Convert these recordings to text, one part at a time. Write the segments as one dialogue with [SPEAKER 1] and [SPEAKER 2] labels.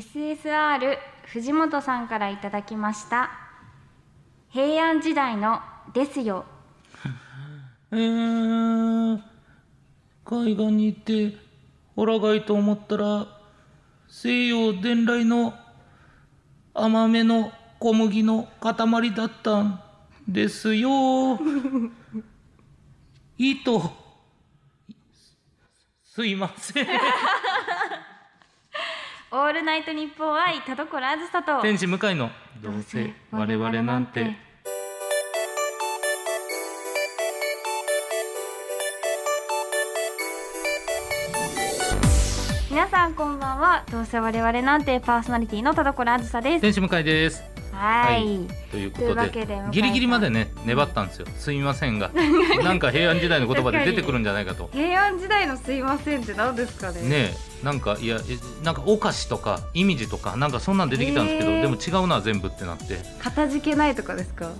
[SPEAKER 1] SSR 藤本さんからいただきました平安時代のですよ
[SPEAKER 2] えー、海岸に行ってホラ貝と思ったら西洋伝来の甘めの小麦の塊だったんですよ いいとすすいませ ん
[SPEAKER 1] オールナイトニッポン愛田所あずさと
[SPEAKER 2] 天使向かいのどうせ我々なんて
[SPEAKER 1] 皆さんこんばんはどうせ我々なんてパーソナリティの田所あずさです
[SPEAKER 2] 天使向かいです
[SPEAKER 1] はい
[SPEAKER 2] ということ
[SPEAKER 1] いうわ
[SPEAKER 2] で
[SPEAKER 1] けで向井
[SPEAKER 2] ギリギリまでね粘ったんですよすいませ んがなんか平安時代の言葉で出てくるんじゃないかと
[SPEAKER 1] 平安時代のすいませんって何ですかね
[SPEAKER 2] ねえなんかいやえなんかお菓子とかイミジとかなんかそんなん出てきたんですけど、
[SPEAKER 1] へえ
[SPEAKER 2] でも違うな全部ってなって
[SPEAKER 1] かたじけないとかですか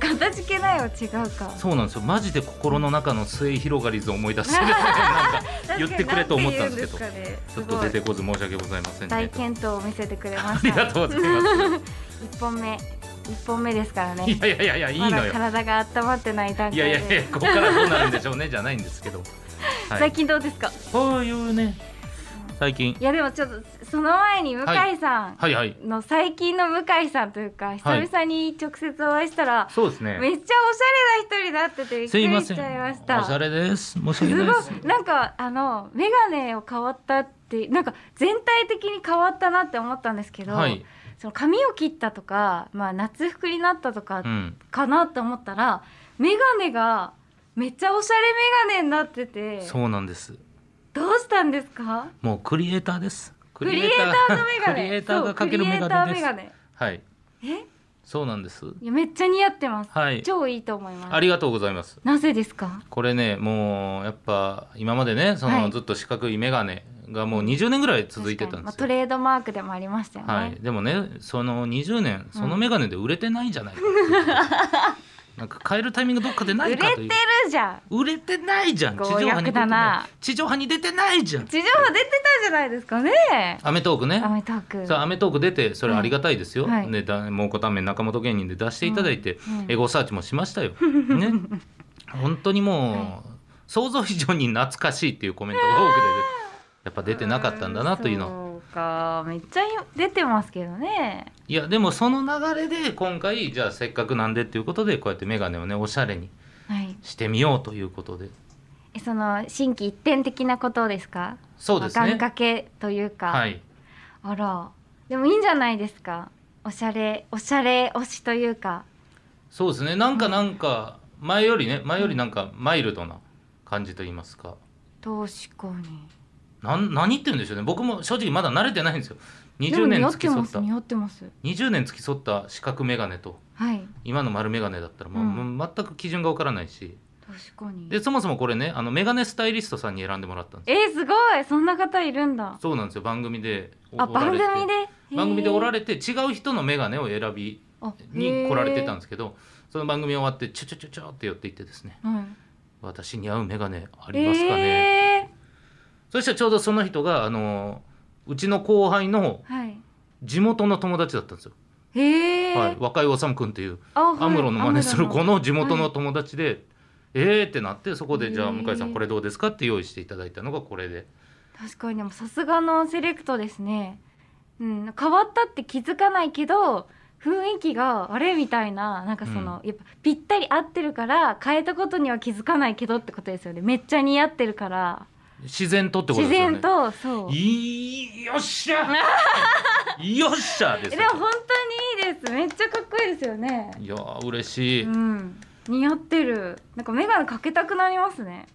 [SPEAKER 1] かたじけないは違うか
[SPEAKER 2] そうなんですよマジで心の中の末広がり図を思い 出して、なんか言ってくれと思ったんです
[SPEAKER 1] 確
[SPEAKER 2] けど
[SPEAKER 1] かになんて
[SPEAKER 2] ち
[SPEAKER 1] 言う
[SPEAKER 2] ょっ
[SPEAKER 1] んです
[SPEAKER 2] と
[SPEAKER 1] かね
[SPEAKER 2] 出てこず申し訳ございませ
[SPEAKER 1] すごい
[SPEAKER 2] ん
[SPEAKER 1] 大
[SPEAKER 2] ねと
[SPEAKER 1] 健闘を見せてくれま
[SPEAKER 2] あ
[SPEAKER 1] し
[SPEAKER 2] り
[SPEAKER 1] た
[SPEAKER 2] がとうございま
[SPEAKER 1] 一本目一本目ですから
[SPEAKER 2] すい
[SPEAKER 1] ね
[SPEAKER 2] やいやいやいやいい
[SPEAKER 1] ま
[SPEAKER 2] の
[SPEAKER 1] だ
[SPEAKER 2] よ
[SPEAKER 1] 体が温まってない段
[SPEAKER 2] い
[SPEAKER 1] 階
[SPEAKER 2] や
[SPEAKER 1] で
[SPEAKER 2] いやいやここからどうなるんでしょうねじゃないんですけど、は
[SPEAKER 1] 最
[SPEAKER 2] い、
[SPEAKER 1] 近どうですか
[SPEAKER 2] そういうね最近
[SPEAKER 1] いやでもちょっとその前に向井さん
[SPEAKER 2] はいはい
[SPEAKER 1] の最近の向井さんというか久々に直接お会いしたら
[SPEAKER 2] そうですね
[SPEAKER 1] めっちゃおしゃれな人になっててびっく
[SPEAKER 2] すいま
[SPEAKER 1] り
[SPEAKER 2] せ
[SPEAKER 1] し
[SPEAKER 2] ん
[SPEAKER 1] ちゃいまし
[SPEAKER 2] お
[SPEAKER 1] た
[SPEAKER 2] しゃれです申し
[SPEAKER 1] す
[SPEAKER 2] 訳ないで
[SPEAKER 1] ごいなんかあの眼鏡を変わったってなんか全体的に変わったなって思ったんですけ
[SPEAKER 2] す
[SPEAKER 1] ど、
[SPEAKER 2] はい、
[SPEAKER 1] その髪を切ったとか、まあ、夏服になったとか
[SPEAKER 2] うん、
[SPEAKER 1] かなって思ったら、眼鏡がめっちゃおしゃれ眼鏡になってて
[SPEAKER 2] そうなんです
[SPEAKER 1] どうしたんですか
[SPEAKER 2] もうクリエイターです。
[SPEAKER 1] ク
[SPEAKER 2] ク
[SPEAKER 1] リエイターの眼鏡
[SPEAKER 2] クリエイターがかける
[SPEAKER 1] そう
[SPEAKER 2] 眼
[SPEAKER 1] クリエイター
[SPEAKER 2] 鏡で
[SPEAKER 1] 眼
[SPEAKER 2] す。
[SPEAKER 1] 鏡
[SPEAKER 2] はい、
[SPEAKER 1] え
[SPEAKER 2] そうなんです。
[SPEAKER 1] いやめっちゃ似合ってます、
[SPEAKER 2] はい、
[SPEAKER 1] 超いいと思います
[SPEAKER 2] ありがとうございます。
[SPEAKER 1] なぜですか
[SPEAKER 2] これね、もうやっぱ今までね、そ
[SPEAKER 1] は
[SPEAKER 2] の
[SPEAKER 1] い
[SPEAKER 2] ずっと四角い眼鏡がもう20年ぐらい続いてたんで
[SPEAKER 1] 確
[SPEAKER 2] す
[SPEAKER 1] かにまあト
[SPEAKER 2] よ。
[SPEAKER 1] レードマークでもありましたよね、
[SPEAKER 2] はい、でもね、その20年その眼鏡で売れてないんじゃないかっ ていう。なんか変えるタイミングどっかでな
[SPEAKER 1] 売れ
[SPEAKER 2] い
[SPEAKER 1] て
[SPEAKER 2] かという
[SPEAKER 1] る。じゃん
[SPEAKER 2] 売れてないじゃん。地
[SPEAKER 1] 強
[SPEAKER 2] 上波に出
[SPEAKER 1] 欲
[SPEAKER 2] て
[SPEAKER 1] だ
[SPEAKER 2] な。
[SPEAKER 1] ない
[SPEAKER 2] 地上波に出てないじゃん。
[SPEAKER 1] 地上波出てたじゃないですかね。
[SPEAKER 2] アメトークね
[SPEAKER 1] ア。メトーク。
[SPEAKER 2] さあ『アメトーク』出てそれありがたいですよ、
[SPEAKER 1] はい
[SPEAKER 2] ねだ蒙古タンメン中本芸人で出していただいて、
[SPEAKER 1] うんうん
[SPEAKER 2] エゴサーチもし ましたよ、ね、本当にもう、
[SPEAKER 1] は
[SPEAKER 2] 想像以上に懐かしいっていうコメントが多くてやっぱ出てなかったんだなというの
[SPEAKER 1] そうか、めっちゃ出てますけどね。
[SPEAKER 2] いやでもその流れで今回じゃあせっかくなんでっていうことでこうやって眼鏡をねおしゃれに
[SPEAKER 1] はい。
[SPEAKER 2] してみようということで
[SPEAKER 1] えその心機一転的なことですか。
[SPEAKER 2] そうです
[SPEAKER 1] 願
[SPEAKER 2] ね
[SPEAKER 1] 掛けというか。
[SPEAKER 2] はい
[SPEAKER 1] あら、でもいいんじゃないですか。おしゃれ、おしゃれ推しというか。
[SPEAKER 2] そうですねなんかなんか前よりね前よりなんかマイルドな感じと言いますか
[SPEAKER 1] 確かに。
[SPEAKER 2] なん何言ってるんでしょうね僕も正直まだ慣れてないんですよ
[SPEAKER 1] でも
[SPEAKER 2] 20
[SPEAKER 1] 似
[SPEAKER 2] 年
[SPEAKER 1] 合って
[SPEAKER 2] 付き添
[SPEAKER 1] ま
[SPEAKER 2] っ
[SPEAKER 1] す。
[SPEAKER 2] た
[SPEAKER 1] 似合ってます。
[SPEAKER 2] 20年付き添った四角眼鏡と
[SPEAKER 1] はい。
[SPEAKER 2] 今の丸眼鏡だったらもう,
[SPEAKER 1] うん
[SPEAKER 2] もう、全く基準がわからないし
[SPEAKER 1] 確かに。
[SPEAKER 2] でそもそもこれねあの眼鏡スタイリストさんに選んでもらったんです
[SPEAKER 1] えーすごい、そんな方いるんだ。
[SPEAKER 2] そうなんですよ番組でお
[SPEAKER 1] あ、番組で。
[SPEAKER 2] 番組でおら
[SPEAKER 1] れ。
[SPEAKER 2] れて違う人の眼鏡を選び
[SPEAKER 1] あ
[SPEAKER 2] に来られてたん
[SPEAKER 1] へ
[SPEAKER 2] ですけどその番組終わってちょちょちょちょって寄っていってですね
[SPEAKER 1] ーはい。
[SPEAKER 2] 私に合う眼鏡ありますかね、
[SPEAKER 1] え
[SPEAKER 2] そしたらちょうどその人があのうちの後輩の
[SPEAKER 1] ーはい。
[SPEAKER 2] 地元の友達だったんですよ
[SPEAKER 1] へえ、
[SPEAKER 2] はい、若井治君っていう
[SPEAKER 1] あはい
[SPEAKER 2] アムロの真似する子
[SPEAKER 1] アム
[SPEAKER 2] の地元の友達で、えーってなってそこでじゃあ
[SPEAKER 1] へー
[SPEAKER 2] 向井さんこれどうですかって用意していただいたのがこれで
[SPEAKER 1] ロ確かにでもさすがのセレクトですねうん変わったって気づかないけど雰囲気があれみたいななんかその、やっぱぴったり合ってるから変えたことには気づかないけどってことですよねめっちゃ似合ってるから、
[SPEAKER 2] 自然とってこと
[SPEAKER 1] 自
[SPEAKER 2] ですよね
[SPEAKER 1] 然とそう
[SPEAKER 2] いいよっしゃよっしゃで
[SPEAKER 1] え
[SPEAKER 2] す
[SPEAKER 1] で
[SPEAKER 2] よ
[SPEAKER 1] も本当にいいですめっちゃかっこいいですよね
[SPEAKER 2] いやー嬉しい、
[SPEAKER 1] う
[SPEAKER 2] い
[SPEAKER 1] ん似合ってるなんか眼鏡かけたくなりますね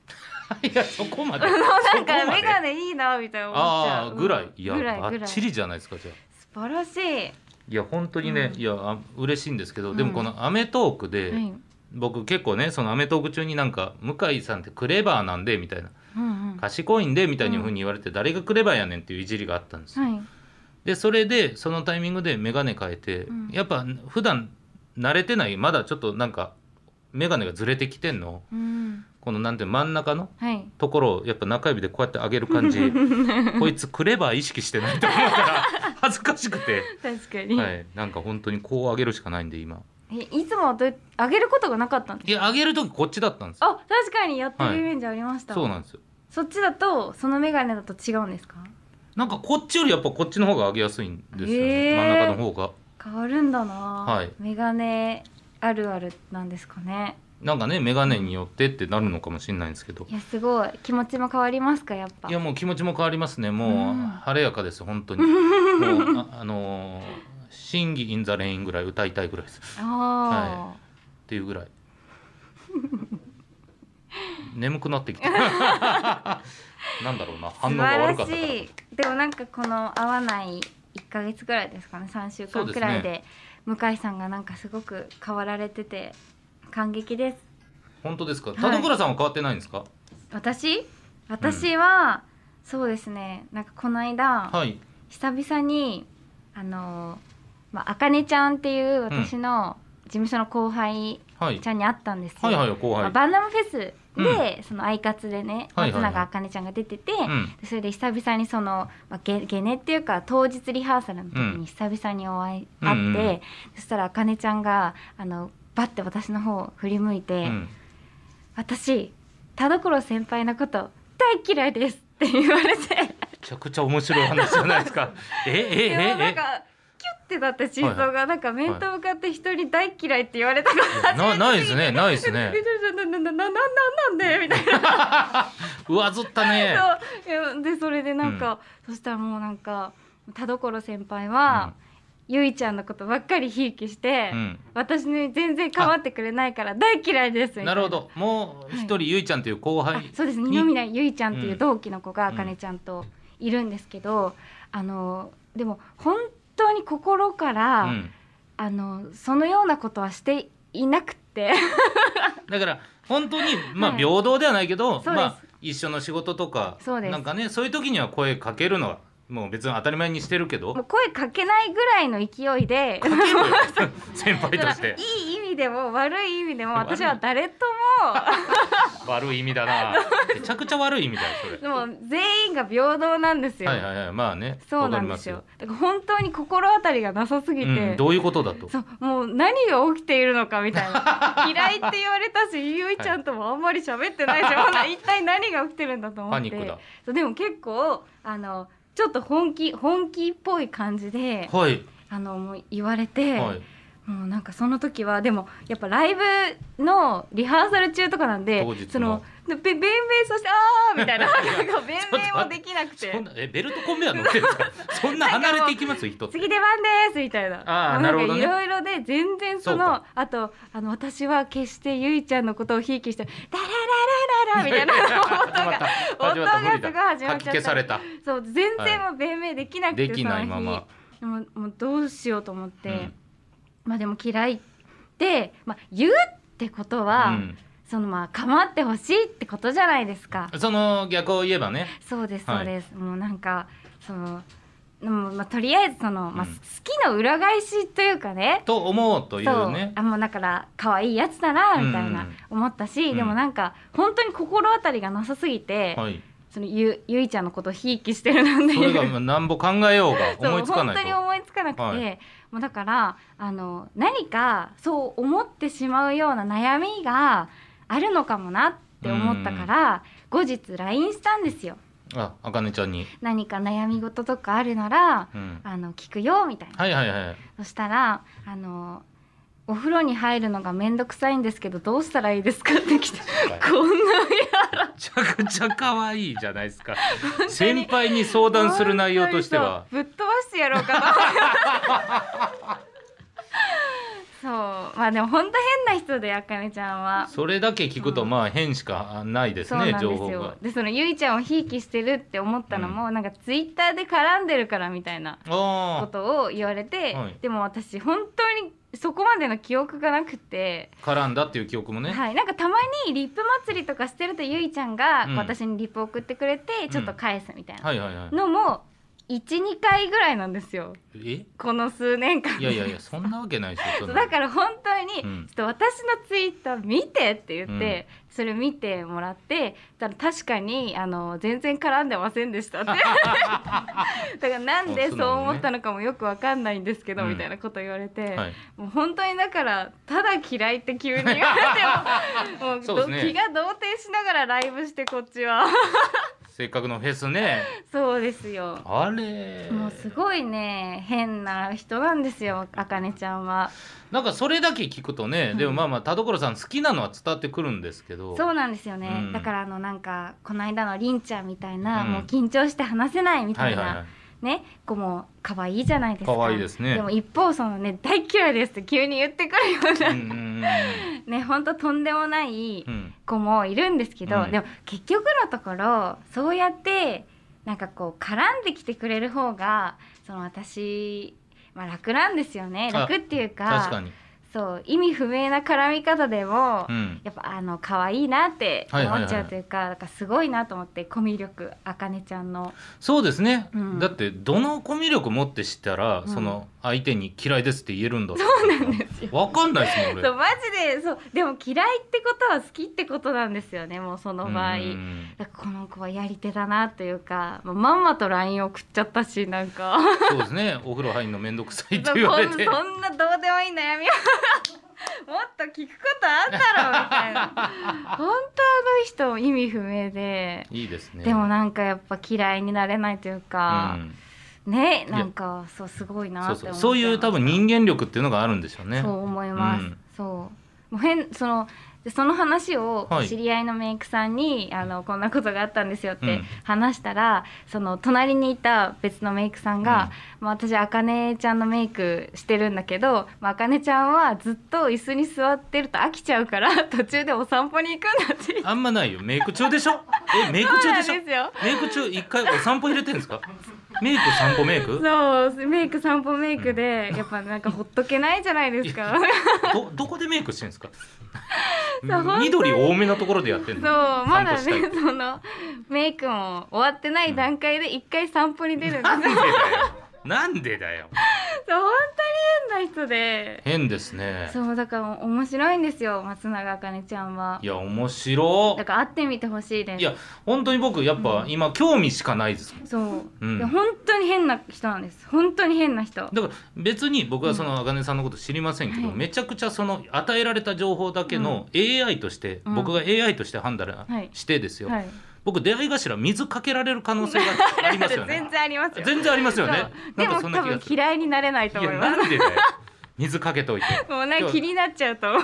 [SPEAKER 2] やそこまで
[SPEAKER 1] なん
[SPEAKER 2] そ
[SPEAKER 1] か
[SPEAKER 2] こま
[SPEAKER 1] 眼
[SPEAKER 2] で
[SPEAKER 1] 鏡いいなみたいな思っちゃ
[SPEAKER 2] あ
[SPEAKER 1] う
[SPEAKER 2] あ
[SPEAKER 1] うん
[SPEAKER 2] ぐらいいや
[SPEAKER 1] ぐらい
[SPEAKER 2] ば
[SPEAKER 1] ぐ
[SPEAKER 2] っ
[SPEAKER 1] らい
[SPEAKER 2] ちりじゃないですかじゃあ
[SPEAKER 1] 素晴らしい
[SPEAKER 2] いや本当にね、
[SPEAKER 1] うん
[SPEAKER 2] いやあ嬉しいんですけど、で
[SPEAKER 1] う
[SPEAKER 2] も
[SPEAKER 1] ん
[SPEAKER 2] この『アメトーク』で、
[SPEAKER 1] はい
[SPEAKER 2] 僕結構ねその『アメトーク』中になんか「向井さんってクレバーなんで」みたいな
[SPEAKER 1] うんうん、
[SPEAKER 2] 賢いんでみたいな風に言われて誰がクレバーやねんっていういじりがあったんですよ、
[SPEAKER 1] はい、
[SPEAKER 2] でそれでそのタイミングで眼鏡変えて、
[SPEAKER 1] うん
[SPEAKER 2] やっぱ普段慣れてないまだちょっとなんか眼鏡がずれてきてんの
[SPEAKER 1] うん、
[SPEAKER 2] このなんて真ん中の
[SPEAKER 1] はい。
[SPEAKER 2] と ころをやっぱ中指でこうやって上げる感じこいつクレバー意識してないと思ったら恥ずかしくて、
[SPEAKER 1] 確かに、
[SPEAKER 2] はい、なんか本当にこう上げるしかないんで今
[SPEAKER 1] えいつもどうあげることがなかったんです
[SPEAKER 2] いや上げる時こっちだったんですよ
[SPEAKER 1] あ確かにやってるイメージありました、
[SPEAKER 2] そうなんですよ
[SPEAKER 1] そっちだとそのメガネだと違うんですか
[SPEAKER 2] なんかこっちよりやっぱこっちの方が上げやすいんですよね、
[SPEAKER 1] へー
[SPEAKER 2] 真ん中の方が
[SPEAKER 1] 変わるんだな、
[SPEAKER 2] はい
[SPEAKER 1] メガネあるあるなんですかね
[SPEAKER 2] なんかね眼鏡によってってなるのかもしれないんですけど
[SPEAKER 1] いやすごい気持ちも変わりますかやっぱ
[SPEAKER 2] いやもう気持ちも変わりますねもう
[SPEAKER 1] うん
[SPEAKER 2] 晴れやかです 本当にもうああのー「審議インザレイン」ぐらい歌いたいぐらいです
[SPEAKER 1] ああ、
[SPEAKER 2] っていうぐらい眠くなってきたなんだろ うな反応
[SPEAKER 1] 素
[SPEAKER 2] が
[SPEAKER 1] 晴
[SPEAKER 2] 悪
[SPEAKER 1] ら
[SPEAKER 2] かったから
[SPEAKER 1] しいでもなんかこの合わない1ヶ月ぐらいですかね3週間くらい
[SPEAKER 2] そう
[SPEAKER 1] で
[SPEAKER 2] で
[SPEAKER 1] 向井さんがなんかすごく変わられてて感激です
[SPEAKER 2] 本当ですか
[SPEAKER 1] い
[SPEAKER 2] 田所さんは変わってないんですか
[SPEAKER 1] 私私は、そうですねなんかこの間、
[SPEAKER 2] はい
[SPEAKER 1] 久々にあのまああかねちゃんっていう私の事務所の後輩
[SPEAKER 2] はい
[SPEAKER 1] ちゃんに会ったんですよ、
[SPEAKER 2] はいはい後
[SPEAKER 1] まあ
[SPEAKER 2] 輩
[SPEAKER 1] バンダムフェスで、そのアイカツでね
[SPEAKER 2] はいはいはい
[SPEAKER 1] 松永あかねちゃんが出てて、
[SPEAKER 2] うん
[SPEAKER 1] それで久々にその、まあ、ゲゲネっていうか当日リハーサルの時
[SPEAKER 2] うん
[SPEAKER 1] に久々にお会い、
[SPEAKER 2] うんうん
[SPEAKER 1] 会ってそしたらあかねちゃんがあのバッて私の方を振り向いて「
[SPEAKER 2] うん
[SPEAKER 1] 私田所先輩のこと大嫌いです」って言われて
[SPEAKER 2] めちゃくちゃ面白い話じゃないで すかえええ
[SPEAKER 1] でもなん
[SPEAKER 2] ええ
[SPEAKER 1] かキュッてだった心臓がなんか面と向かって人に大嫌いって言われたから。
[SPEAKER 2] なないですねないですね
[SPEAKER 1] えちょちょなななななんでみたいな
[SPEAKER 2] 上ずったね
[SPEAKER 1] そういやでそれでなんか、そしたらもうなんか田所先輩は、ゆいちゃんのことばっかりひいきして、
[SPEAKER 2] うん
[SPEAKER 1] 私に全然構ってくれないから大嫌いですみたい
[SPEAKER 2] なるほどもう一人ゆいちゃんという後
[SPEAKER 1] あ
[SPEAKER 2] 輩
[SPEAKER 1] そうです
[SPEAKER 2] に
[SPEAKER 1] 二宮ゆいちゃんっていううん同期の子が
[SPEAKER 2] う
[SPEAKER 1] あ
[SPEAKER 2] ん
[SPEAKER 1] かねちゃんといるんですけど、あのでも本当に心から、
[SPEAKER 2] うん
[SPEAKER 1] あのそのようなことはしていなくて
[SPEAKER 2] だから本当にまあ
[SPEAKER 1] はい
[SPEAKER 2] 平等ではないけど、
[SPEAKER 1] す
[SPEAKER 2] まあ一緒の仕事とか
[SPEAKER 1] そうです
[SPEAKER 2] なんかねそういう時には声かけるのはもう別に当たり前にしてるけ
[SPEAKER 1] も
[SPEAKER 2] ど
[SPEAKER 1] う
[SPEAKER 2] か
[SPEAKER 1] 声かけないぐらいの勢いで
[SPEAKER 2] けるよ先輩と
[SPEAKER 1] だ
[SPEAKER 2] し
[SPEAKER 1] からい
[SPEAKER 2] て
[SPEAKER 1] い意味でも悪い意味でも
[SPEAKER 2] 悪い
[SPEAKER 1] 私は誰と
[SPEAKER 2] 悪い意味だなめちゃくちゃ悪い意味だよそれ
[SPEAKER 1] もでも全員が平等なんですよ、
[SPEAKER 2] はいはいはいまあね
[SPEAKER 1] そうなんですよだから本当に心当たりがなさすぎて、
[SPEAKER 2] わかりますよ、うん、どういうことだと
[SPEAKER 1] そうもう何が起きているのかみたい な嫌いって言われたしゆいちゃんともあんまり喋ってないし、ほな一体何が起きてるんだと思
[SPEAKER 2] パ
[SPEAKER 1] っ
[SPEAKER 2] ニ
[SPEAKER 1] て
[SPEAKER 2] ックだ
[SPEAKER 1] そうでも結構あのちょっと本気本気っぽい感じで
[SPEAKER 2] はい
[SPEAKER 1] あのもう言われて、
[SPEAKER 2] はい
[SPEAKER 1] もうなんかその時はでもやっぱライブのリハーサル中とかなんで
[SPEAKER 2] 当日の
[SPEAKER 1] そのべべんべんさせてあーみたいななんかべんべんもできなくて
[SPEAKER 2] そんなえベルトコンベヤー乗ってるん ですかそんな離れていきます一つ
[SPEAKER 1] 次出番ですみたいな
[SPEAKER 2] あー
[SPEAKER 1] もう
[SPEAKER 2] なるほ
[SPEAKER 1] ん
[SPEAKER 2] ど
[SPEAKER 1] か
[SPEAKER 2] ね
[SPEAKER 1] いろいろで全然そ
[SPEAKER 2] そうか
[SPEAKER 1] のあとあの私は決してゆいちゃんのことをひいきして「ダラララララ」み たいな 音が
[SPEAKER 2] 始まった
[SPEAKER 1] 音がすごい始まっちゃった
[SPEAKER 2] かき消さ れた
[SPEAKER 1] そう全然もう弁明できなくて、
[SPEAKER 2] できない
[SPEAKER 1] その
[SPEAKER 2] ま
[SPEAKER 1] 日
[SPEAKER 2] ま、
[SPEAKER 1] でももうどうしようと思って、
[SPEAKER 2] うん
[SPEAKER 1] まあでも嫌いで、まあ、言うってことは、
[SPEAKER 2] うん
[SPEAKER 1] そのまあ構ってほしいってことじゃないですか
[SPEAKER 2] その逆を言えばね
[SPEAKER 1] そうです
[SPEAKER 2] はい
[SPEAKER 1] そうです、もうなんかそのでもまあとりあえずその、まあ、
[SPEAKER 2] うん
[SPEAKER 1] 好きの裏返しというかね、
[SPEAKER 2] と思うという
[SPEAKER 1] そう
[SPEAKER 2] ね
[SPEAKER 1] あもうだから可愛いやつだなみたい
[SPEAKER 2] うん
[SPEAKER 1] な
[SPEAKER 2] うん
[SPEAKER 1] 思ったし、
[SPEAKER 2] うん
[SPEAKER 1] でもなんか本当に心当たりがなさすぎて、
[SPEAKER 2] はい
[SPEAKER 1] そのゆゆいちゃんのことをひいきしてるなんて
[SPEAKER 2] それ
[SPEAKER 1] いう
[SPEAKER 2] がまあなんぼ考えようが
[SPEAKER 1] そう
[SPEAKER 2] 思いつか
[SPEAKER 1] 本
[SPEAKER 2] ない
[SPEAKER 1] 当に
[SPEAKER 2] と
[SPEAKER 1] 思いつかなくて、
[SPEAKER 2] はい
[SPEAKER 1] もうだからあの何かそう思ってしまうような悩みがあるのかもなって思ったから後日 LINE したんですよ
[SPEAKER 2] ああかねちゃんに、
[SPEAKER 1] 何か悩み事とかあるなら
[SPEAKER 2] うん、
[SPEAKER 1] あの聞くよみたいな、
[SPEAKER 2] はいはいはい
[SPEAKER 1] そしたらあのお風呂に入るのが面倒くさいんですけどどうしたらいいですかって来てこんな
[SPEAKER 2] めちゃくちゃ可愛いじゃないですか先輩に相談する内容としては
[SPEAKER 1] 本当にそうぶっ飛ばしてやろうかなそうまあでも本当変な人であかねちゃんは
[SPEAKER 2] それだけ聞くとまあ変しかないです
[SPEAKER 1] そう
[SPEAKER 2] ね
[SPEAKER 1] なん
[SPEAKER 2] 情
[SPEAKER 1] です
[SPEAKER 2] 報
[SPEAKER 1] よ
[SPEAKER 2] が
[SPEAKER 1] でそのゆいちゃんをひいきしてるって思ったのも、なんかツイッターで絡んでるからみたいなこ
[SPEAKER 2] ああ
[SPEAKER 1] とを言われて、
[SPEAKER 2] はい
[SPEAKER 1] でも私本当にそこまでの記憶がなくて、
[SPEAKER 2] 絡んだっていう記憶もね、
[SPEAKER 1] はい、なんかたまにリップ祭りとかしてるとゆいちゃんがこ
[SPEAKER 2] うん
[SPEAKER 1] う私にリップ送ってくれて
[SPEAKER 2] ん
[SPEAKER 1] ちょっと返すみたいな
[SPEAKER 2] はい、はいはい
[SPEAKER 1] のも12回ぐらいなんですよ
[SPEAKER 2] え
[SPEAKER 1] この数年間
[SPEAKER 2] いやいやいやそんなわけないでしょ そんな
[SPEAKER 1] だから本当に、
[SPEAKER 2] うん
[SPEAKER 1] ちょっと私のツイッター見てって言って、それ見てもらってただ確かにあの全然絡んでませんでしたって だからなんで
[SPEAKER 2] あ
[SPEAKER 1] そう
[SPEAKER 2] 素直にね
[SPEAKER 1] 思ったのかもよくわかんないんですけど、
[SPEAKER 2] うん
[SPEAKER 1] みたいなこと言われて、
[SPEAKER 2] はい
[SPEAKER 1] もう本当にだからただ嫌いって急に言われ てももう
[SPEAKER 2] そう
[SPEAKER 1] ど
[SPEAKER 2] です
[SPEAKER 1] 気
[SPEAKER 2] ね
[SPEAKER 1] が動転しながらライブしてこっちは
[SPEAKER 2] せっかくのフェスね
[SPEAKER 1] そうですよ。
[SPEAKER 2] あれ
[SPEAKER 1] もうすごいね変な人なんですよあかねちゃんは
[SPEAKER 2] なんかそれだけ聞くとね、
[SPEAKER 1] うん
[SPEAKER 2] でもまあまあ田所さん好きなのは伝わってくるんですけど
[SPEAKER 1] そうなんですよね、
[SPEAKER 2] うん
[SPEAKER 1] だからあのなんかこの間のりんちゃんみたいな、
[SPEAKER 2] うん
[SPEAKER 1] もう緊張して話せないみた
[SPEAKER 2] はい
[SPEAKER 1] いな、
[SPEAKER 2] はいはい
[SPEAKER 1] ね子も可愛いじゃないですか
[SPEAKER 2] 可愛いですね
[SPEAKER 1] でも一方そのね大嫌いですって急に言ってくるよ うな、
[SPEAKER 2] うんうん
[SPEAKER 1] ねほんととんでもない
[SPEAKER 2] う んうん
[SPEAKER 1] 子もいるんですけど、
[SPEAKER 2] うん
[SPEAKER 1] でも結局のところそうやってなんかこう絡んできてくれる方がその私、まあ、楽なんですよね
[SPEAKER 2] あ
[SPEAKER 1] 楽っていうか
[SPEAKER 2] 確かに、
[SPEAKER 1] そう意味不明な絡み方でも、
[SPEAKER 2] うん、
[SPEAKER 1] やっぱあの可愛いなって
[SPEAKER 2] はいはいはい
[SPEAKER 1] 思っちゃうというか、だからすごいなと思ってコミュ力あかねちゃんの
[SPEAKER 2] そうですね、
[SPEAKER 1] うん
[SPEAKER 2] だってどのコミュ力持って知ったら、
[SPEAKER 1] うん
[SPEAKER 2] その相手に嫌いですって言えるんだそうなんですよわかんないですもん
[SPEAKER 1] そう
[SPEAKER 2] 俺
[SPEAKER 1] マジでそうでも嫌いってことは好きってことなんですよねもうその場合
[SPEAKER 2] うん
[SPEAKER 1] だからこの子はやり手だなというかもうまんまと LINE 送っちゃったしなんか
[SPEAKER 2] そうですねお風呂入るの面倒くさいっ
[SPEAKER 1] そ
[SPEAKER 2] て
[SPEAKER 1] うこん
[SPEAKER 2] 言わ
[SPEAKER 1] そ
[SPEAKER 2] れて
[SPEAKER 1] ん などうでもいい悩みは もっと聞くことあったろみたいな 本当あの人も意味不明で。
[SPEAKER 2] いいですね
[SPEAKER 1] でもなんかやっぱ嫌いになれないというか、
[SPEAKER 2] うん
[SPEAKER 1] ね
[SPEAKER 2] いや
[SPEAKER 1] なんかそうすごいな
[SPEAKER 2] そう
[SPEAKER 1] って
[SPEAKER 2] そ
[SPEAKER 1] 思
[SPEAKER 2] う
[SPEAKER 1] っちゃ
[SPEAKER 2] そういう多分人間力っていうのがあるんでしょうね
[SPEAKER 1] そう思います、
[SPEAKER 2] うん
[SPEAKER 1] そうもう変そのでその話を
[SPEAKER 2] はい
[SPEAKER 1] 知り合いのメイクさんに、あのこんなことがあったんですよっ
[SPEAKER 2] うん
[SPEAKER 1] て話したら、その隣にいた別のメイクさんが、まあ、私あかねちゃんのメイクしてるんだけど、まあかねちゃんはずっと椅子に座ってると飽きちゃうから 途中でお散歩に行くんだって言って
[SPEAKER 2] あんまないよメイク中でしょえメイク
[SPEAKER 1] そう
[SPEAKER 2] 中
[SPEAKER 1] な
[SPEAKER 2] で
[SPEAKER 1] ん
[SPEAKER 2] しょ
[SPEAKER 1] ですよ
[SPEAKER 2] メイク中一回お散歩入れてるんですかメイク散歩メイク
[SPEAKER 1] そうメイク散歩メイクで、やっぱなんかほっとけないじゃないですか。
[SPEAKER 2] どどこでメイクしてるんですか
[SPEAKER 1] そう本当に
[SPEAKER 2] 緑多めなところでやってん
[SPEAKER 1] そう
[SPEAKER 2] の
[SPEAKER 1] まだ
[SPEAKER 2] 散歩した
[SPEAKER 1] ね
[SPEAKER 2] い
[SPEAKER 1] そのメイクも終わってない段階で一回散歩に出るんです、
[SPEAKER 2] な ん
[SPEAKER 1] そう
[SPEAKER 2] でだよなんでだよ
[SPEAKER 1] 本当に変な人で
[SPEAKER 2] 変ですね
[SPEAKER 1] そうだから面白いんですよ松永あかねちゃんはい
[SPEAKER 2] や面白
[SPEAKER 1] だから会ってみてほしいです
[SPEAKER 2] いや本当に僕やっぱ今興味しかないです
[SPEAKER 1] そう、
[SPEAKER 2] うん
[SPEAKER 1] で本当に変な人なんです本当に変な人
[SPEAKER 2] だから別に僕はその茜さんのこと知りませんけど、
[SPEAKER 1] はい
[SPEAKER 2] めちゃくちゃその与えられた情報だけの AI として、
[SPEAKER 1] うん
[SPEAKER 2] 僕が AI として判断
[SPEAKER 1] はい
[SPEAKER 2] してですよ、
[SPEAKER 1] はい
[SPEAKER 2] 僕出会い頭水かけられる可能性があります よね
[SPEAKER 1] 全然ありますよ
[SPEAKER 2] 全然ありますよね
[SPEAKER 1] そう
[SPEAKER 2] な
[SPEAKER 1] で
[SPEAKER 2] んか
[SPEAKER 1] も
[SPEAKER 2] そ
[SPEAKER 1] 多
[SPEAKER 2] んな気
[SPEAKER 1] 分
[SPEAKER 2] がする
[SPEAKER 1] 嫌いになれないと思い
[SPEAKER 2] や
[SPEAKER 1] ま
[SPEAKER 2] なんでだよ水かけといて
[SPEAKER 1] すもうなんか気になっちゃうと思う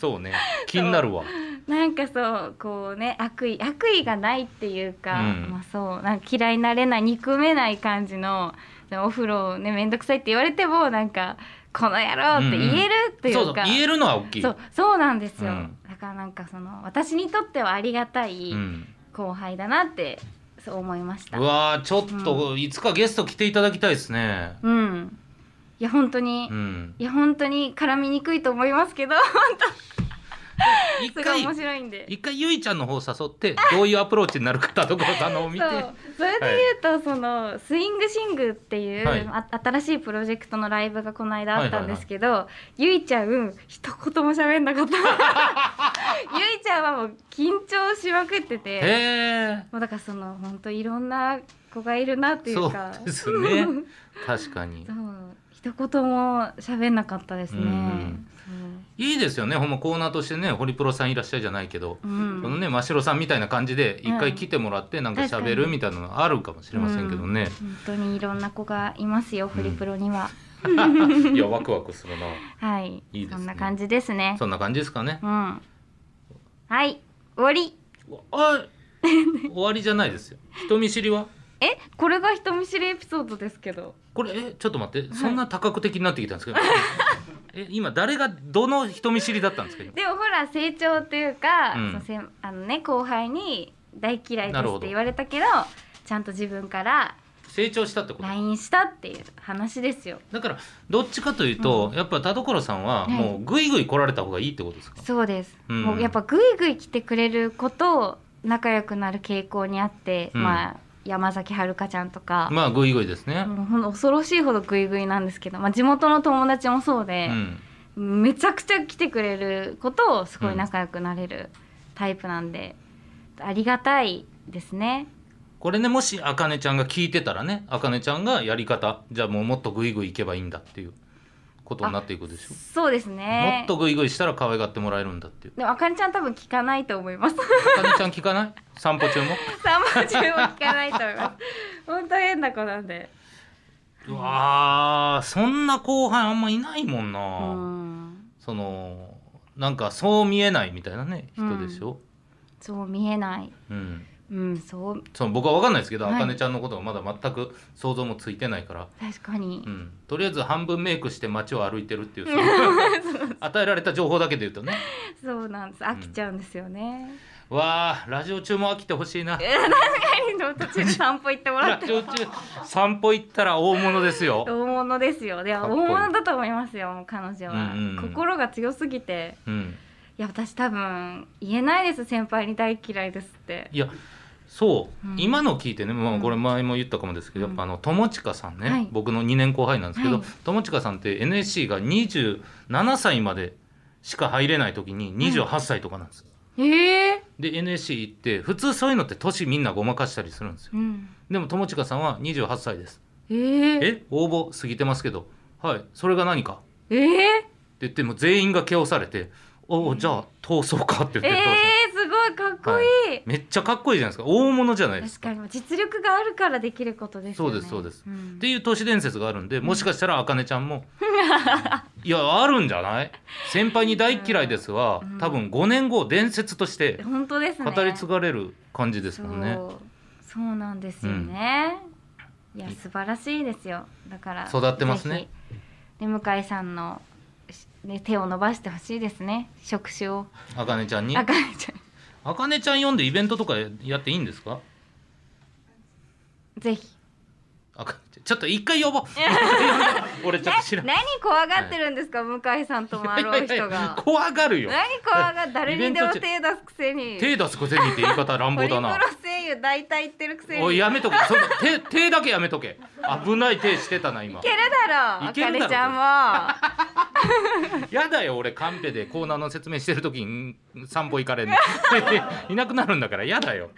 [SPEAKER 2] そう ね気になるわ
[SPEAKER 1] なんかそうこうね悪意悪意がないっていうか、
[SPEAKER 2] うん
[SPEAKER 1] まあそうなんか嫌いになれない憎めない感じのお風呂をね面倒くさいって言われてもなんかこの野郎って言えるってい
[SPEAKER 2] そうそうう
[SPEAKER 1] か、
[SPEAKER 2] 言えるのは大きい
[SPEAKER 1] そうそうなんですよ、
[SPEAKER 2] うん
[SPEAKER 1] だからなんかその私にとってはありがたい
[SPEAKER 2] うん、
[SPEAKER 1] 後輩だなってそう思いました
[SPEAKER 2] うわーちょっといつかゲスト来ていただきたいですね
[SPEAKER 1] うんいや本当に、
[SPEAKER 2] うん
[SPEAKER 1] いや本当に絡みにくいと思いますけど
[SPEAKER 2] 一
[SPEAKER 1] すごい
[SPEAKER 2] 回
[SPEAKER 1] 面白いんで
[SPEAKER 2] 一回ゆいちゃんの方誘ってどういうアプローチになるか田所さんのを見て
[SPEAKER 1] そうそれで言うと、そのスイングシングっていう、
[SPEAKER 2] はい
[SPEAKER 1] あ新しいプロジェクトのライブがこの間あったんですけど、ゆいちゃん一言も喋んなかった ゆいちゃんはもう緊張しまくってて
[SPEAKER 2] へえ
[SPEAKER 1] もうだからその本当いろんな子がいるなってい
[SPEAKER 2] そうう
[SPEAKER 1] か
[SPEAKER 2] ですね確かに
[SPEAKER 1] そう一言も喋んなかったですね
[SPEAKER 2] うんうんいいですよねほんまコーナーとしてねホリプロさんいらっしゃるじゃないけど、
[SPEAKER 1] そううん
[SPEAKER 2] このね真城さんみたいな感じで
[SPEAKER 1] うん
[SPEAKER 2] 一回来てもらってなんか
[SPEAKER 1] 確
[SPEAKER 2] 喋
[SPEAKER 1] か
[SPEAKER 2] る
[SPEAKER 1] に
[SPEAKER 2] みたいなのあるかもしれませんけどね、
[SPEAKER 1] 本当にいろんな子がいますよ、フリプロには
[SPEAKER 2] いやワクワクするな
[SPEAKER 1] はい
[SPEAKER 2] いいですね
[SPEAKER 1] そんな感じですね
[SPEAKER 2] そんな感じですかね
[SPEAKER 1] うん。はい、終わり。
[SPEAKER 2] あ終わりじゃないですよ人見知りは
[SPEAKER 1] え、これが人見知りエピソードですけど。
[SPEAKER 2] これえちょっと待ってそんな多角的になってきた んですけど、え今誰がどの人見知りだったんですか今
[SPEAKER 1] でもほら成長というか、
[SPEAKER 2] うん
[SPEAKER 1] そのせんあのね後輩に大嫌いで
[SPEAKER 2] な
[SPEAKER 1] す
[SPEAKER 2] るほ
[SPEAKER 1] っ
[SPEAKER 2] ど
[SPEAKER 1] て言われたけど、ちゃんと自分から
[SPEAKER 2] 成長したってこと
[SPEAKER 1] LINE したっていう話ですよ。
[SPEAKER 2] だからどっちかというと、やっぱ田所さんは
[SPEAKER 1] はい
[SPEAKER 2] もうぐいぐい来られた方がいいってことですか、
[SPEAKER 1] そうです。
[SPEAKER 2] うん
[SPEAKER 1] もうやっぱぐいぐい来てくれること仲良くなる傾向にあって、
[SPEAKER 2] うん
[SPEAKER 1] まあ山崎はるかちゃんとか、
[SPEAKER 2] まあグイグイですね。
[SPEAKER 1] もうほんと恐ろしいほどグイグイなんですけど、まあ、地元の友達もそう
[SPEAKER 2] う
[SPEAKER 1] で、
[SPEAKER 2] ん。
[SPEAKER 1] めちゃくちゃ来てくれることをすごい仲良くなれるタイプなんで、ありがたいですね。
[SPEAKER 2] これねもしあかねちゃんが聞いてたらねあかねちゃんがやり方じゃあもうもっとグイグイいけばいいんだっていうことになっていくでしょ、
[SPEAKER 1] そうですね
[SPEAKER 2] もっとグイグイしたら可愛がってもらえるんだっていう
[SPEAKER 1] でもあかねちゃん多分聞かないと思います。
[SPEAKER 2] あかねちゃん聞か ない散歩中も
[SPEAKER 1] 散歩中も聞かないと思い ます。本当変な子なんで。
[SPEAKER 2] うわーそんな後輩あんまいないもん
[SPEAKER 1] う
[SPEAKER 2] な、
[SPEAKER 1] ん。
[SPEAKER 2] そのなんかそう見えないみたいなね人でしょ、
[SPEAKER 1] そう見えない。
[SPEAKER 2] うん
[SPEAKER 1] うん、そう
[SPEAKER 2] その僕は分かんないですけど、
[SPEAKER 1] はい
[SPEAKER 2] あかねちゃんのことがまだ全く想像もついてないから、
[SPEAKER 1] 確かに
[SPEAKER 2] う。ん、とりあえず半分メイクして街を歩いてるっ ていうその与えられた情報だけで言うとね
[SPEAKER 1] そうなんです。飽きちゃうんですよね。
[SPEAKER 2] わあラジオ中も飽きてほしいな
[SPEAKER 1] 帰りの途中で散歩行ってもら
[SPEAKER 2] ラ
[SPEAKER 1] って
[SPEAKER 2] ジ。オ中散歩行ったら大物ですよ、
[SPEAKER 1] 大物ですよ。で、
[SPEAKER 2] か
[SPEAKER 1] 大
[SPEAKER 2] っこいい
[SPEAKER 1] 物だと思いますよ。もう彼女は、
[SPEAKER 2] うんうんうん
[SPEAKER 1] 心が強すぎて。
[SPEAKER 2] うん、
[SPEAKER 1] いや、私多分言えないです。先輩に大嫌いですって。
[SPEAKER 2] いやそう、
[SPEAKER 1] うん
[SPEAKER 2] 今の聞いてね、まあ、これ前も言ったかもですけど、
[SPEAKER 1] うん
[SPEAKER 2] やっぱあの友近さんね、
[SPEAKER 1] はい
[SPEAKER 2] 僕の2年後輩なんですけど、
[SPEAKER 1] はい
[SPEAKER 2] 友近さんって NSC が27歳までしか入れない時に28歳とかなんですよ、
[SPEAKER 1] ええ
[SPEAKER 2] で NSC 行って普通そういうのって年みんなごまかしたりするんですよ
[SPEAKER 1] うん。
[SPEAKER 2] でも友近さんは28歳です
[SPEAKER 1] ええ
[SPEAKER 2] え応募過ぎてますけどはいそれが何か
[SPEAKER 1] ええ
[SPEAKER 2] って言っても全員がけをされて「おおじゃあ闘争か」って言って
[SPEAKER 1] え
[SPEAKER 2] 闘争、
[SPEAKER 1] えすごいかっこいい。
[SPEAKER 2] めっちゃかっこいいじゃないですか大物じゃないです
[SPEAKER 1] 確
[SPEAKER 2] か
[SPEAKER 1] か
[SPEAKER 2] っ
[SPEAKER 1] に実力があるからできることですよね
[SPEAKER 2] そうですそうです
[SPEAKER 1] ん
[SPEAKER 2] ていう都市伝説があるんでもしかしたらあかねちゃ んも「いやあるんじゃない先輩に大嫌いですは」
[SPEAKER 1] うん
[SPEAKER 2] 多分5年後伝説として
[SPEAKER 1] 本当ですね
[SPEAKER 2] 語り継がれる感じですもんね
[SPEAKER 1] そうそうなんですよね、いや素晴らしいですよだから
[SPEAKER 2] 育ってますね
[SPEAKER 1] ぜひね向井さんの、しね、手を伸ばしてほしいですね職種を
[SPEAKER 2] あかねちゃんに
[SPEAKER 1] あかねちゃ
[SPEAKER 2] あかねちゃん読んでイベントとかやっていいんですか
[SPEAKER 1] んぜひ
[SPEAKER 2] あかねちゃんちょっと一回 呼ぼう一回呼んで俺ちょっと知
[SPEAKER 1] え
[SPEAKER 2] らん
[SPEAKER 1] 何怖がってるんですか、向井さんともあろう
[SPEAKER 2] いやいや
[SPEAKER 1] 人
[SPEAKER 2] いや
[SPEAKER 1] が
[SPEAKER 2] 怖がるよ
[SPEAKER 1] 何怖が誰
[SPEAKER 2] イベ
[SPEAKER 1] に
[SPEAKER 2] ン
[SPEAKER 1] で
[SPEAKER 2] ト
[SPEAKER 1] も
[SPEAKER 2] 中
[SPEAKER 1] 手出すくせに
[SPEAKER 2] 手出すくせにって言い方乱
[SPEAKER 1] ホ
[SPEAKER 2] 暴
[SPEAKER 1] リプ
[SPEAKER 2] だ
[SPEAKER 1] ロ
[SPEAKER 2] な
[SPEAKER 1] 声優大体言ってるくせに
[SPEAKER 2] おいやめとけそんな手 手だけやめとけ危ない手してたな今
[SPEAKER 1] いけるだろう
[SPEAKER 2] い
[SPEAKER 1] あ
[SPEAKER 2] け
[SPEAKER 1] か
[SPEAKER 2] るだろ
[SPEAKER 1] ねちゃんも
[SPEAKER 2] やだよ俺カンペでコーナーの説明してる時にん散歩行かれんの いなくなるんだからやだよ、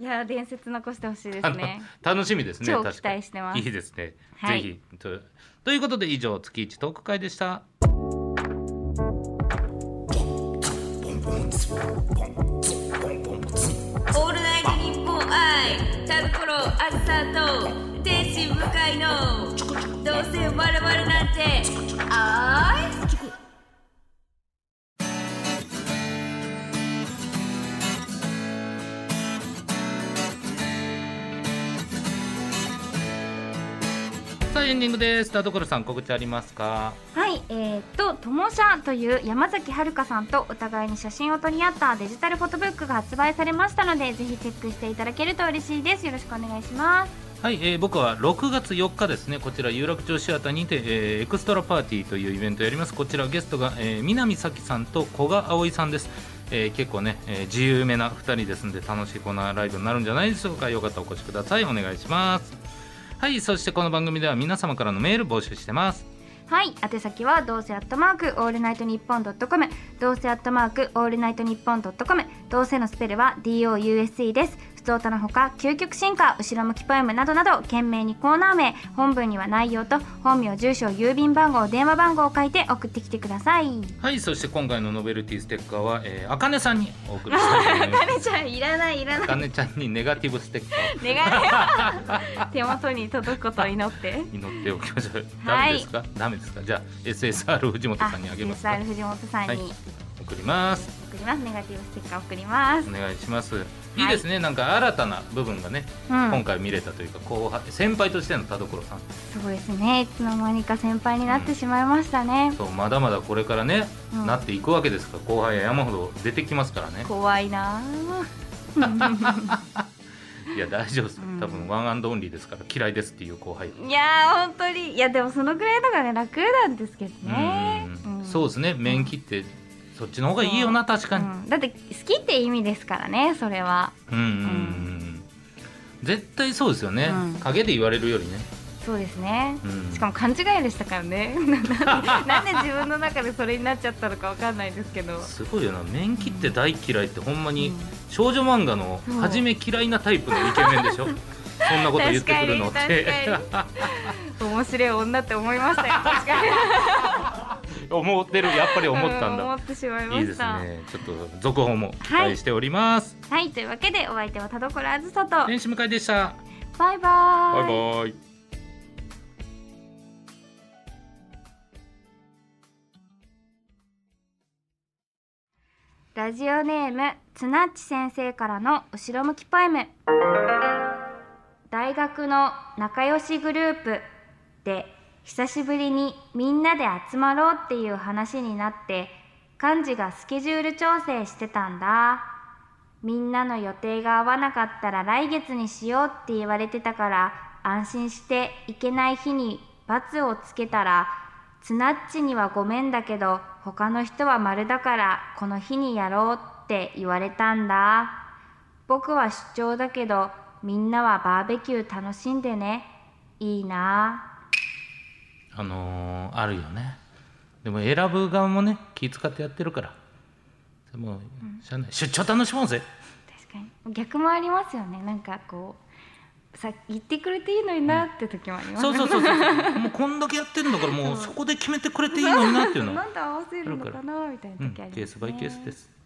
[SPEAKER 1] いや伝説残してほしいです
[SPEAKER 2] あの
[SPEAKER 1] ね。
[SPEAKER 2] 楽しみですね
[SPEAKER 1] 超
[SPEAKER 2] 確
[SPEAKER 1] 期
[SPEAKER 2] かに
[SPEAKER 1] 待してます
[SPEAKER 2] いいですね、
[SPEAKER 1] はい
[SPEAKER 2] ぜひとということで以上月一トーク会でした
[SPEAKER 1] オールナイトニッポン愛チャルコロアスターと天使向かいのどうせ我々なんてあい
[SPEAKER 2] さあエンディングです田所さん告知ありますか
[SPEAKER 1] はいえー、っと「ともしゃ」という山崎はるかさんとお互いに写真を撮り合ったデジタルフォトブックが発売されましたのでぜひチェックしていただけると嬉しいですよろしくお願いします
[SPEAKER 2] はい、えー僕は6月4日ですねこちら有楽町シアターにて、えーエクストラパーティーというイベントをやりますこちらゲストが、えー南咲さんと古賀葵さんです、えー結構ね、えー自由めな2人ですんで楽しいこんなライブになるんじゃないでしょうかよかったらお越しくださいお願いしますはいそしてこの番組では皆様からのメール募集してます
[SPEAKER 1] はい宛先はどうせアットマークオールナイトニッポンドットコムどうせアットマークオールナイトニッポンドットコムどうせのスペルは DOUSE です普通歌のほか究極進化後ろ向きポエムなどなど懸命にコーナー名本文には内容と本名住所郵便番号電話番号を書いて送ってきてくだ さい
[SPEAKER 2] はいそして今回のノベルティステッカーは、えー、あかねさんにお送りしたいと思い ます
[SPEAKER 1] ちゃんいらないいら
[SPEAKER 2] あかねちゃんにネガティブステッカー
[SPEAKER 1] 願い 手元に届くことを祈って
[SPEAKER 2] に乗っておきましょう、
[SPEAKER 1] は
[SPEAKER 2] ダメ
[SPEAKER 1] い
[SPEAKER 2] ですかダメですかじゃあ SSR 藤本さんにあげますか
[SPEAKER 1] SR 藤本さん
[SPEAKER 2] はい
[SPEAKER 1] に送
[SPEAKER 2] 送ります
[SPEAKER 1] ります、ネガティブステッカー送ります
[SPEAKER 2] お、願いしますいいですね、なんか新たな部分がね、
[SPEAKER 1] うん
[SPEAKER 2] 今回見れたというか後輩先輩としての田所さん
[SPEAKER 1] そうですねいつの間にか先輩になってしまいましたね、
[SPEAKER 2] そうまだまだこれからね、
[SPEAKER 1] うん
[SPEAKER 2] なっていくわけですから後輩は山ほど出てきますからね
[SPEAKER 1] 怖いなあ
[SPEAKER 2] いや大丈夫です
[SPEAKER 1] うん
[SPEAKER 2] 多分ワンアンドオンリーですから嫌いですっていう後輩
[SPEAKER 1] いやー本当にいやでもそのぐらいのがね楽なんですけどね
[SPEAKER 2] うんそうですね面切ってそっちの方がいいよな確かに
[SPEAKER 1] うんだって好きって意味ですからねそれは
[SPEAKER 2] うんうんうん、絶対そうですよね、
[SPEAKER 1] うん
[SPEAKER 2] 影で言われるよりね、
[SPEAKER 1] そうですね、
[SPEAKER 2] うん
[SPEAKER 1] しかも勘違いでしたからね なんで自分の中でそれになっちゃったのかわかんないですけど
[SPEAKER 2] すごいよな面切って大嫌いってほんまに
[SPEAKER 1] うん
[SPEAKER 2] 少女漫画の
[SPEAKER 1] そう
[SPEAKER 2] 初め嫌いなタイプのイケメ ンでしょそんなこと言ってくるのっ
[SPEAKER 1] 確
[SPEAKER 2] て
[SPEAKER 1] か面白い女って思いましたよ確かに
[SPEAKER 2] 思ってるやっぱり思ったん
[SPEAKER 1] う思
[SPEAKER 2] だ
[SPEAKER 1] ってしまいました
[SPEAKER 2] いいですねちょっと続報も期待しております、
[SPEAKER 1] はいというわけでお相手は田所あずさとバイ
[SPEAKER 2] 天使向井でした
[SPEAKER 1] バー
[SPEAKER 2] バイバイ
[SPEAKER 1] ラジオネームつなっち先生からの後ろ向きポエム大学の仲良しグループで久しぶりにみんなで集まろうっていう話になって幹事がスケジュール調整してたんだみんなの予定が合わなかったら来月にしようって言われてたから安心して行けない日に罰をつけたらつなっちにはごめんだけど他の人は丸だからこの日にやろうって言われたんだ僕は出張だけどみんなはバーベキュー楽しんでねいいな
[SPEAKER 2] あのーあるよねでも選ぶ側もね気使ってやってるからでもしゃあない出張楽しもう ぜ
[SPEAKER 1] あ確かに逆もありますよねなんかこうさ言ってくれていいのになって時もあります、
[SPEAKER 2] そうそうそうそうもうこんだけやってるんだからもうそこで決めてくれていいのになっていう の
[SPEAKER 1] なんで合わせるのかなみたいな
[SPEAKER 2] うん
[SPEAKER 1] 時あります、ね
[SPEAKER 2] ケースバイケースです